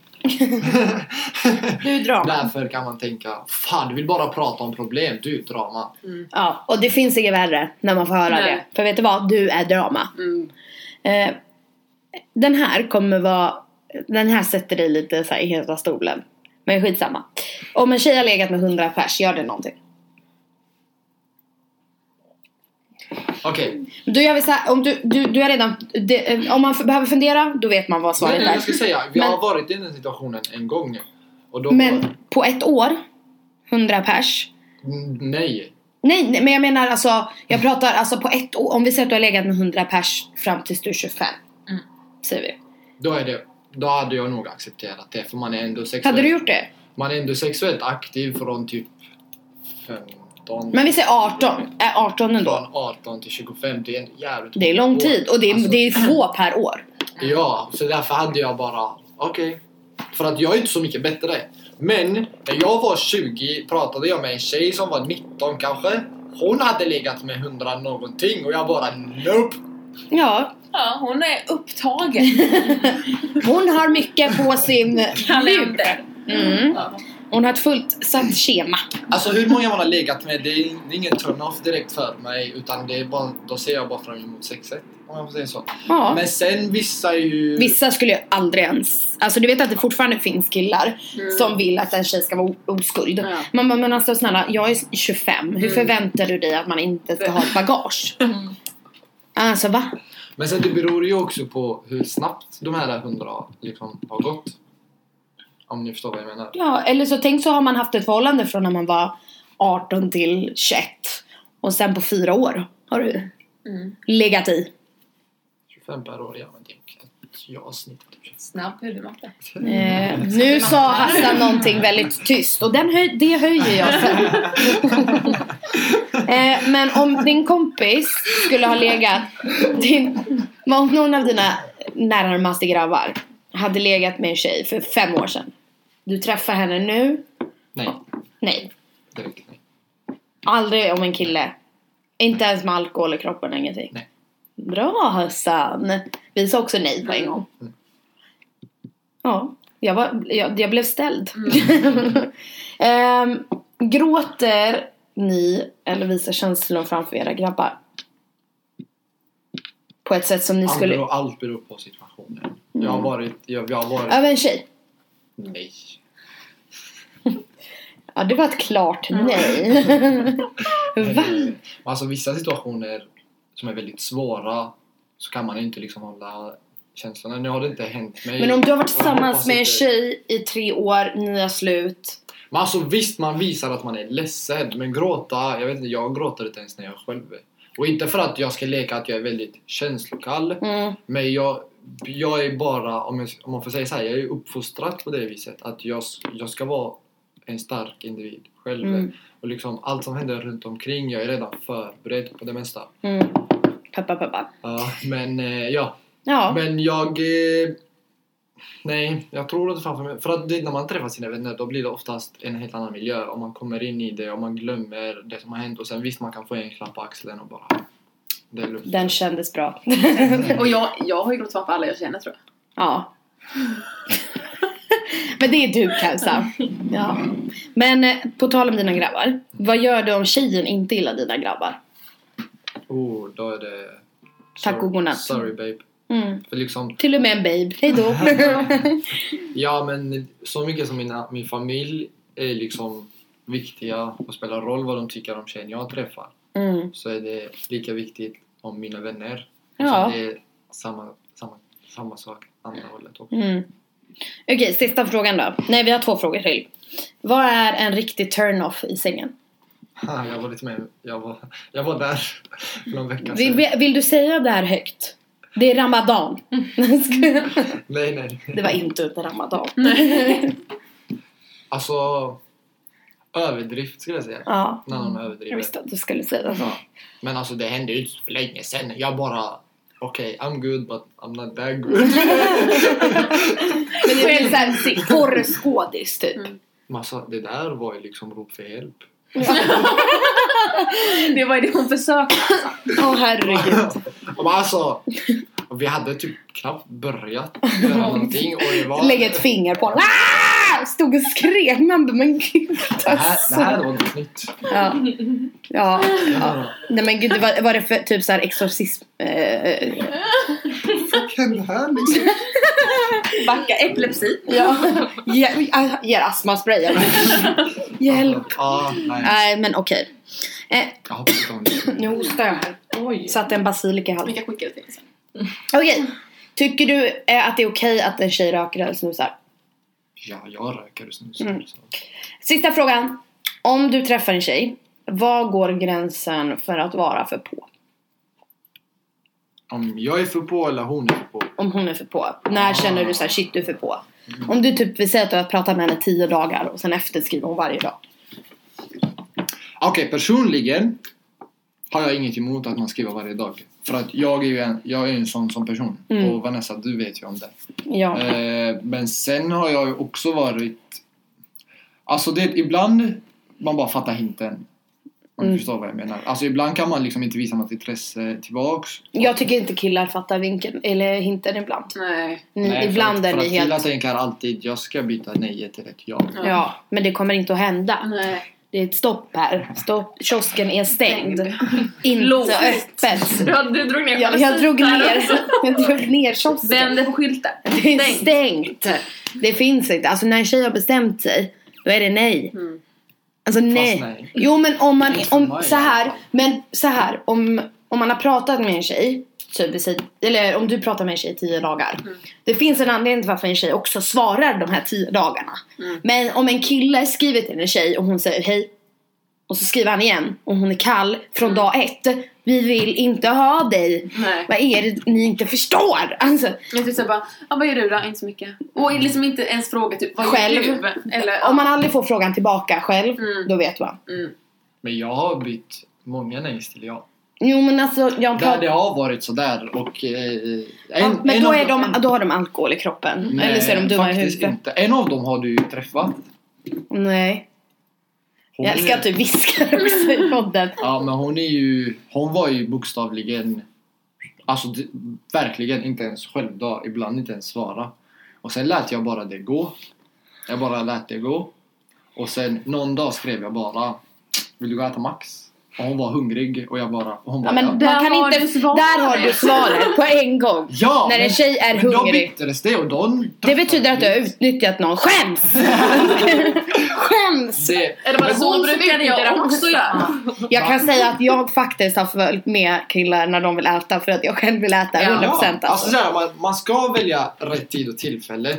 S1: Du är drama.
S2: Därför kan man tänka, fan du vill bara prata om problem, du är drama.
S1: Ja, och det finns inget värre när man får höra
S3: Nej.
S1: det. För vet du vad? Du är drama.
S3: Mm.
S1: Eh, den här kommer vara... Den här sätter dig lite så här i hela stolen. Men skitsamma. Om en tjej har legat med 100 pers, gör det någonting?
S2: Okej,
S1: Då gör vi så här, om du, du, du är redan... Det, eh, om man f- behöver fundera, då vet man vad
S2: men
S1: svaret
S2: det jag ska
S1: är.
S2: säga, vi
S1: Men-
S2: har varit i den situationen en gång. Och då
S1: Men på ett år, 100 pers.
S2: Mm, Nej.
S1: Nej, nej, men jag menar alltså, jag pratar alltså på ett år. Om vi säger att du har legat med 100 pers fram tills du är 25. Säger vi.
S2: Då, är det, då hade jag nog accepterat det för man är ändå sexuell.
S1: Hade du gjort det?
S2: Man är ändå sexuellt aktiv från typ 15...
S1: Men vi säger 18. Äh, 18 ändå.
S2: Från 18 till 25, det är en jävligt
S1: Det är lång
S2: år.
S1: tid och det är,
S2: Alltså,
S1: det är få per år.
S2: Ja, så därför hade jag bara, okej. För att jag är inte så mycket bättre. Men när jag var 20 pratade jag med en tjej som var 19 kanske. Hon hade legat med 100 någonting och jag bara nope.
S1: Ja,
S3: Ja, hon är upptagen.
S1: hon har mycket på sin lur. Mm.
S3: Ja.
S1: Hon har ett fullt satt schema.
S2: Alltså hur många man har legat med, det är ingen turn-off direkt för mig. Utan det är bara, då ser jag bara fram emot sexet. Om jag får säga så.
S1: Ja.
S2: Men sen vissa är ju...
S1: Vissa skulle jag aldrig ens... Alltså du vet att det fortfarande finns killar som vill att en tjej ska vara o- oskuld.
S3: Ja.
S1: Man bara, men alltså snälla, jag är 25. Hur förväntar du dig att man inte ska ha ett bagage? Alltså va?
S2: Men sen det beror ju också på hur snabbt de här 100 liksom har gått. Om ni förstår vad jag menar.
S1: Ja, eller så tänk så har man haft ett förhållande från när man var 18 till 21. Och sen på fyra år har du
S3: Mm.
S1: legat i.
S2: 25 per år, ja men det är okej. Jag snittar typ 25.
S3: Snabb huvudmatte.
S1: Eh, nu sa Hassan någonting väldigt tyst och den höj, det höjer jag sen. eh, men om din kompis skulle ha legat, din, om någon av dina närmaste grabbar hade legat med en tjej för fem år sedan. Du träffar henne nu,
S2: Nej.
S1: nej.
S2: direkt. Nej.
S1: Aldrig om en kille. Inte ens med alkohol i kroppen, ingenting.
S2: Nej.
S1: Bra Hassan! Vi sa också nej på en gång.
S2: Mm.
S1: Ja, jag, var, jag, jag blev ställd. Ehm, gråter ni eller visar känslor framför era grabbar? På ett sätt som ni
S2: Allt
S1: skulle... Mm.
S2: beror- Allt beror på situationen. Jag har varit... Jag, jag har varit...
S1: Över en tjej?
S2: Nej.
S1: Ja, det var ett klart nej. Va?
S2: Men Alltså vissa situationer som är väldigt svåra så kan man ju inte liksom hålla känslorna. Nu har det inte hänt mig.
S1: Men om du har varit
S2: Och jag hoppas
S1: tillsammans med en
S2: inte-
S1: tjej i tre år, ni har slut.
S2: Men alltså visst, man visar att man är ledsen. Men gråta, jag vet inte, jag gråter inte ens när jag är själv. Och inte för att jag ska leka att jag är väldigt känslokall.
S1: Mm.
S2: Men jag, jag är bara, om, jag, om man får säga så här, jag är uppfostrad på det viset. Att jag, s- jag ska vara en stark individ själv.
S1: Mm.
S2: Och liksom allt som händer runt omkring, jag är redan förberedd på det mesta.
S1: Mm. Peppa, peppa.
S2: Ja, men eh, ja.
S1: Ja.
S2: Men jag... Eh, nej, jag tror inte framför mig. För att det, när man träffar sina vänner då blir det oftast en helt annan miljö. Om man kommer in i det och man glömmer det som har hänt. Och sen visst, man kan få en klapp på axeln och bara... Det är lugnt.
S1: Den kändes bra.
S3: Och jag, jag har ju gått svar på alla jag känner tror jag.
S1: ja. Men det är du Kajsa. Ja. Men eh, på tal om dina grabbar. Vad gör du om tjejen inte gillar dina grabbar?
S2: Oh, då är det...
S1: Tack och godnatt.
S2: Sorry babe.
S1: Mm.
S2: För liksom,
S1: Till och med en babe. Hej då.
S2: ja men så mycket som mina, min familj är liksom viktiga och spelar roll vad de tycker om tjejen jag träffar.
S1: mm.
S2: så är det lika viktigt om mina vänner.
S1: Ja.
S2: Ja. Det är samma, samma, samma sak andra hållet också.
S1: Mm. Okej, sista frågan då. Nej, vi har två frågor till. Vad är en riktig turn-off i sängen?
S2: Ha, Jag var lite med, jag var, jag var där för någon vecka
S1: Vill,
S2: sedan.
S1: vill du säga det här högt? Det är ramadan. Mm.
S2: Nej, nej.
S1: det var inte under ramadan.
S2: Alltså, överdrift skulle jag säga.
S1: Ja.
S2: När någon
S1: Jag
S2: överdriver.
S1: visste att du skulle säga det så.
S2: Men alltså det hände ju inte för länge sedan. Jag bara, okej, I'm good but I'm not that good.
S1: Men det är såhär porrskådis typ.
S2: Men alltså, det där var ju liksom rop för hjälp.
S3: Det var ju det hon försökte.
S1: Åh herregud.
S2: Men alltså, vi hade typ knappt börjat göra någonting och det var...
S1: Lägga ett finger på honom. Ah! Stod och skrek. Man bara, men gud
S2: Det här, det
S1: alltså.
S2: här var något nytt.
S1: Ja. ja. ja. Nej men gud, det var, var det för typ såhär exorcism? Eh,
S2: Kan det här liksom?
S1: backa epilepsi? Ja. Ge, ah, ger astmasprayen. Hjälp.
S2: Ja, nej.
S1: Nej men okej. Eh,
S2: Jag hoppas att de lyssnar.
S1: nu hostar jag här.
S3: Oj.
S1: Satte en basilika i halsen.
S3: Vi kan skicka det till dig sen.
S1: Okej. Tycker du eh, att det är okej att en tjej röker eller snusar?
S2: Ja, jag röker och snusar.
S1: Mm.
S2: så.
S1: Sista frågan. Om du träffar en tjej, vad går gränsen för att vara för på?
S2: Om jag är för på eller hon är för på.
S1: Om hon är för på. När känner du så här, shit du är för på? Om du typ, vi säger att du har pratat med henne tio dagar och sen efter skriver hon varje dag.
S2: Okej, personligen har jag inget emot att man skriver varje dag. För att jag är ju en, jag är en sån som person.
S1: Mm.
S2: Och Vanessa, du vet ju om det.
S1: Ja.
S2: Eh, men sen har jag ju också varit... Alltså det ibland man bara fattar hinten. Om
S1: Mm.
S2: du förstår vad jag menar. Alltså ibland kan man liksom inte visa något intresse tillbaks.
S1: Jag tycker inte killar fattar vinkeln, eller hinten ibland.
S3: Nej.
S1: Ni, ibland
S2: för,
S1: är
S2: för
S1: ni
S2: att killar
S1: helt...
S2: tänker alltid jag ska byta nejet till ett ja.
S3: Ja.
S1: Ja, men det kommer inte att hända.
S3: Nej.
S1: Det är ett stopp här. Stopp. Kiosken är stängd. Inte
S3: Låst.
S1: öppet.
S4: Du, har- du drog ner
S1: Jag, jag, drog ner, jag drog ner kiosken.
S3: Vänder på skylten.
S1: Det är
S3: Stängt.
S1: stängt. Det finns inte. Alltså när en tjej har bestämt sig, då är det nej.
S3: Mm.
S1: Alltså nej.
S2: nej.
S1: Jo men om man,
S2: Inte för
S1: om,
S2: mig,
S1: så
S2: i alla
S1: här,
S2: fall.
S1: men så här, om, om man har pratat med en tjej, typ, i sig- eller om du pratar med en tjej i tio dagar.
S3: Mm.
S1: Det finns en anledning till varför en tjej också svarar de här tio dagarna.
S3: Mm.
S1: Men om en kille skriver till en tjej och hon säger hej, och så skriver han igen och hon är kall från
S3: Mm.
S1: dag ett. Vi vill inte ha dig.
S3: Nej.
S1: Vad är det ni inte förstår? Alltså,
S3: Men typ såhär bara, ah, vad gör du då? Inte så mycket. Och liksom inte ens fråga typ, vad
S1: Mm. Själv.
S3: gör du? Eller,
S1: Om man aldrig får frågan tillbaka själv,
S3: Mm.
S1: då vet man.
S3: mm.
S2: Men jag har bytt många nejs till ja.
S1: Jo men alltså, jag
S2: Där det
S1: pratar...
S2: har varit sådär och... Eh, en,
S1: Ja, men då,
S2: av
S1: är de,
S2: en-
S1: då har de alkohol i kroppen. Eller så är de dumma i
S2: faktiskt
S1: huvudet.
S2: Inte. En av dem har du ju träffat.
S1: Nej.
S2: Hon
S1: Jag älskar
S2: är-
S1: att du viskar också i podden.
S2: Ja men hon är ju, hon var ju bokstavligen Alltså d- verkligen inte ens självdå, ibland inte ens svara Och sen lät jag bara det gå Jag bara lät det gå Och sen någon dag skrev jag bara Vill du gå och äta Max? Och hon var hungrig och jag bara och hon
S1: Ja,
S2: bara
S1: men
S2: ja.
S1: man kan
S3: har
S1: inte,
S3: du svaret.
S1: där har du svaret på en gång.
S2: Ja!
S1: När en tjej är
S2: men då
S1: hungrig.
S2: bittades det och de
S1: Det betyder att du har utnyttjat någon. Skäms! Skäms!
S2: det,
S3: Eller var det så
S4: Hon
S3: du
S4: brukade
S3: brukade
S4: jag
S3: göra
S4: också göra.
S1: Jag kan säga att jag faktiskt har följt med killar när de vill äta för att jag själv vill äta. 100%
S2: Ja,
S1: alltså.
S2: alltså så här, man, man ska välja rätt tid och tillfälle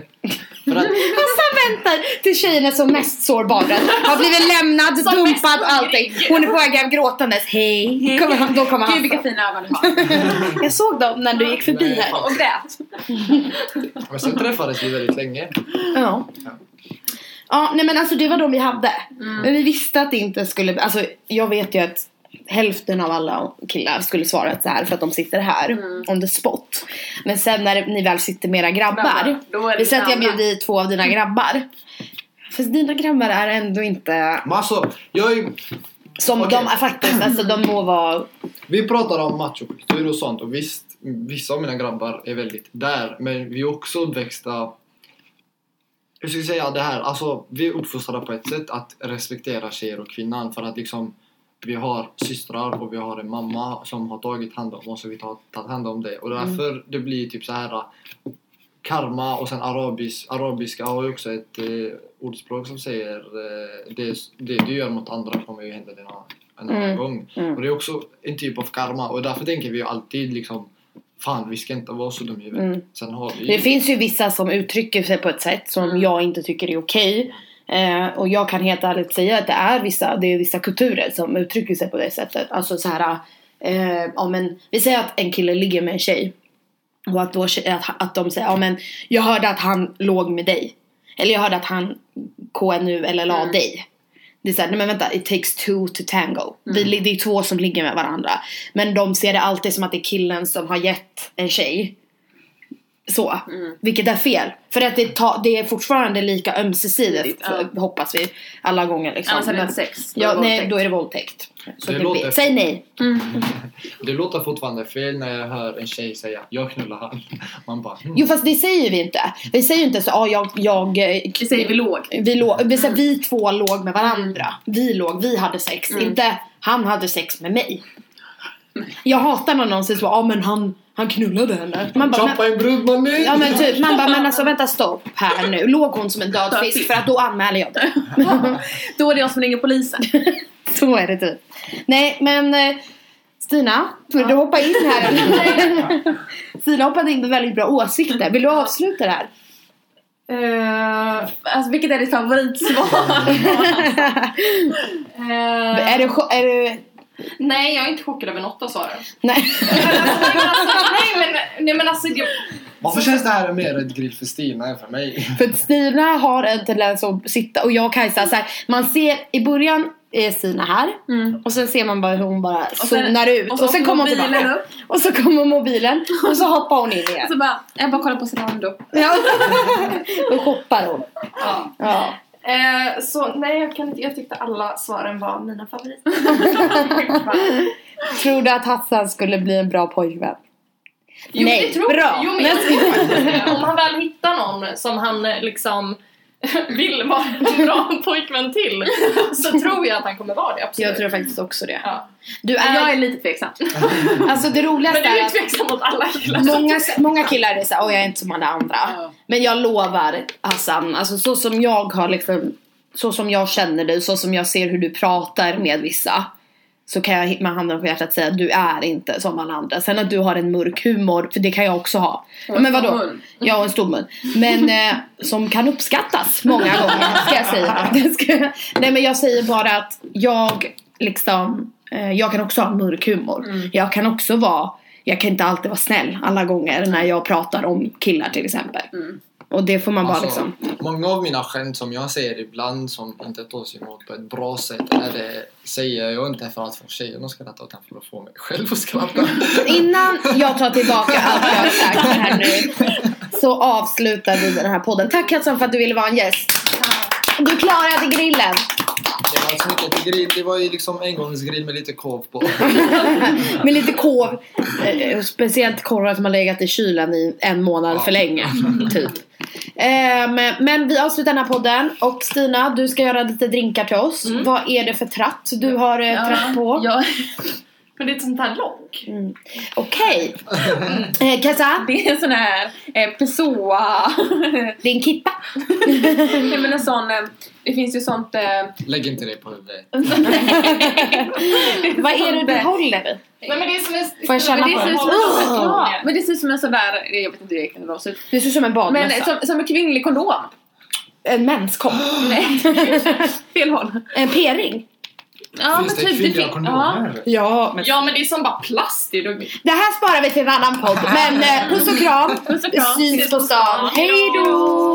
S2: För att
S1: Han så väntar till tjejen är som mest sårbar. Har blivit lämnad,
S4: Som mest
S1: dumpad,
S4: hungrig.
S1: allting. Hon är på väg hem gråtandes. Hej! Kommer han, då kommer
S3: Gud
S1: han.
S3: vilka fina ögon du har.
S1: Jag såg dem när du gick förbi
S2: Nej,
S1: här.
S2: fan.
S3: Och grät.
S2: Men sen träffades vi väldigt länge
S1: Ja. Ja, nej men alltså det var de vi hade. Men vi visste att det inte skulle, alltså jag vet ju att hälften av alla killar skulle svara så här för att de sitter här on the spot. Men sen när ni väl sitter med era grabbar,
S3: Då är det liksom-
S1: vi säger att jag
S3: andra.
S1: bjuder i två av dina grabbar. Fast dina grabbar är ändå inte
S2: Men alltså, jag är,
S1: som
S2: Okej.
S1: de är faktiskt, alltså de må vara
S2: vi pratar om machokultur och sånt och visst, vissa av mina grabbar är väldigt där men vi är också uppväxta hur ska jag säga det här, alltså vi är uppfostrade på ett sätt att respektera tjejer och kvinnan för att liksom vi har systrar och vi har en mamma som har tagit hand om oss och vi har tagit hand om det och
S1: Mm.
S2: därför det blir typ så här karma och sen arabis, arabiska har ju också ett eh, ordspråk som säger eh, det, det du gör mot andra kommer ju hända dig en annan
S1: Mm.
S2: gång.
S1: Mm.
S2: Och det är också en typ av karma och därför tänker vi ju alltid liksom fan vi ska inte vara så dumma i Mm. huvudet.
S1: Mm.
S2: Sen har vi
S1: Det finns ju vissa som uttrycker sig på ett sätt som jag inte tycker är okej. Eh, och jag kan helt ärligt säga att det är vissa, det är vissa kulturer som uttrycker sig på det sättet. Alltså så här, eh, ja, men, vi säger att en kille ligger med en tjej. Och att, då, tjej- att, att de säger, ja men jag hörde att han låg med dig. Eller jag hörde att han KNU eller la
S3: Mm.
S1: dig. Det är såhär, nej men vänta, it takes two to tango. Vi,
S3: Mm.
S1: li- det är två som ligger med varandra. Men de ser det alltid som att det är killen som har gett en tjej. Så.
S3: Mm.
S1: Vilket är fel. För att det, ta, det är fortfarande lika ömsesidigt
S3: Ja.
S1: f- hoppas vi. Alla gånger liksom.
S3: Annars är det
S1: Men-
S3: inte sex, då är
S1: Ja,
S3: det
S1: nej,
S3: våldtäkt.
S1: då är det våldtäkt. Så
S2: Det
S1: det blir,
S2: låter-
S1: säg nej.
S2: Det låter fortfarande fel när jag hör en tjej säga jag knullar han. Man bara mm.
S1: Jo fast det säger vi inte. Vi säger ju inte så, ah, jag, jag... eh,
S3: Vi säger vi låg.
S1: Vi, låg, vi, säger, vi två låg med varandra. Vi låg, vi hade sex. Inte han hade sex med mig. Jag hatar när någon säger så, ja ah, men han, han knullade henne. Man bara, men,
S2: Choppa en brud man nu!
S1: ja men typ, man bara men alltså vänta stopp här nu. Låg hon som en död fisk för att då anmäler jag det.
S3: Då är det jag som ringer polisen.
S1: Så är det typ. Nej men eh, Stina, vill du hoppa in här? Stina hoppade in med väldigt bra åsikter. Vill du avsluta det här?
S3: Eh, alltså vilket är ditt favoritsvar?
S4: Eh,
S1: Är du, cho- är du
S4: nej, jag är inte chockad över något av svaren.
S1: Nej.
S4: Nej, men alltså, nej, men, nej, men alltså det,
S2: Varför känns det här mer ett grill för Stina än för mig?
S1: För Stina har en tendens att sitta och jag och Kajsa så här, man ser i början är Stina här
S4: Mm.
S1: och sen ser man bara hur hon bara
S3: sen-
S1: zonar ut och,
S3: och så
S1: sen
S3: får
S1: kommer hon
S3: mobilen
S1: tillbaka
S3: upp.
S1: och så kommer mobilen och så hoppar hon in igen.
S3: Så bara, jag bara kollar på Zalando.
S1: Ja. och hoppar hon.
S4: ja.
S1: Ja.
S4: eh, så nej, jag, kan inte, jag tyckte alla svaren var mina favoriter.
S1: Tror du att Hassan skulle bli en bra pojkvän?
S4: Jo,
S1: Nej,
S4: det tror
S1: bra.
S4: jag. Jo, men jag tror faktiskt det. Om han väl hittar någon som han eh, liksom vill vara en bra pojkvän till så tror jag att han kommer vara det, absolut.
S1: Jag tror faktiskt också det.
S4: Ja. Eh,
S1: Du
S3: Men Jag är
S1: är,
S3: lite tveksam.
S1: alltså det
S4: Men
S1: roligaste
S4: du är
S1: är
S4: ju
S1: att
S4: tveksam mot alla killar.
S1: Många, många killar är såhär, åh jag är inte som alla andra.
S3: Ja.
S1: Men jag lovar Hassan, alltså så som jag har liksom, så som jag känner dig, så som jag ser hur du pratar med vissa. Så kan jag med handen på hjärtat säga att du är inte som alla andra. Sen att du har en mörk humor, för det kan jag också ha. Ja, men vadå?
S3: stor mun.
S1: Ja, och en stor mun. Men eh, som kan uppskattas många gånger, ska jag säga. Det ska, jag- nej men jag säger bara att jag liksom, eh, jag kan också ha en mörk humor.
S3: Mm.
S1: Jag kan också vara, jag kan inte alltid vara snäll alla gånger när jag pratar om killar till exempel.
S3: Mm.
S1: Och det får man bara
S2: Alltså,
S1: liksom.
S2: Många av mina skämt som jag säger ibland som inte tas emot på ett bra sätt eller säger jag inte för att få tjejerna att skratta utan för att få mig själv att skratta.
S1: Innan jag tar tillbaka allt jag har sagt här nu så avslutar vi den här podden. Tack Hassan för att du ville vara en gäst. Du klarade grillen.
S2: Det var ett snyggt grill, det var ju liksom engångsgrill med lite korv på.
S1: Med lite korv. Eh, Speciellt korv som har legat i kylen i en månad
S2: Ja.
S1: för länge. Typ. Ehm, men vi avslutar den här podden. Och Stina, du ska göra lite drinkar till oss.
S4: Mm.
S1: Vad är det för tratt du har eh, tratt på?
S3: Ja,
S4: Men det är ett sånt här lock.
S1: Mm. Okej.
S3: Mm.
S1: Eh, Kassa,
S3: det är en sån här eh, pessoa.
S1: det är en kippa.
S3: Nej men en sån, eh, det finns ju sånt... Eh,
S2: Lägg inte det på huvudet.
S1: Vad är det
S3: sånt,
S1: du
S3: eh,
S1: håller i?
S4: Nej men det är som en...
S1: Får jag känna
S3: men det
S1: på
S3: ser
S1: den? Oh!
S3: ut som,
S1: Åh!
S3: ja, men det ser ut som en sån där, eh, jag vet inte direkt hur de ser ut.
S1: Du ser ut som en
S3: Men
S1: badmössa.
S3: eh, som, som en kvinnlig kondom.
S1: En menskopp.
S3: Nej, fel håll.
S1: En p-ring.
S3: Ja,
S2: Finns det kvinnliga kondomer?
S1: typ, Ja.
S4: Ja men det är som bara plast. Det är då...
S1: Det här sparar vi till en annan podd. Men eh, puss och kram.
S3: Puss och kram.
S1: Syns på stan. Hej då!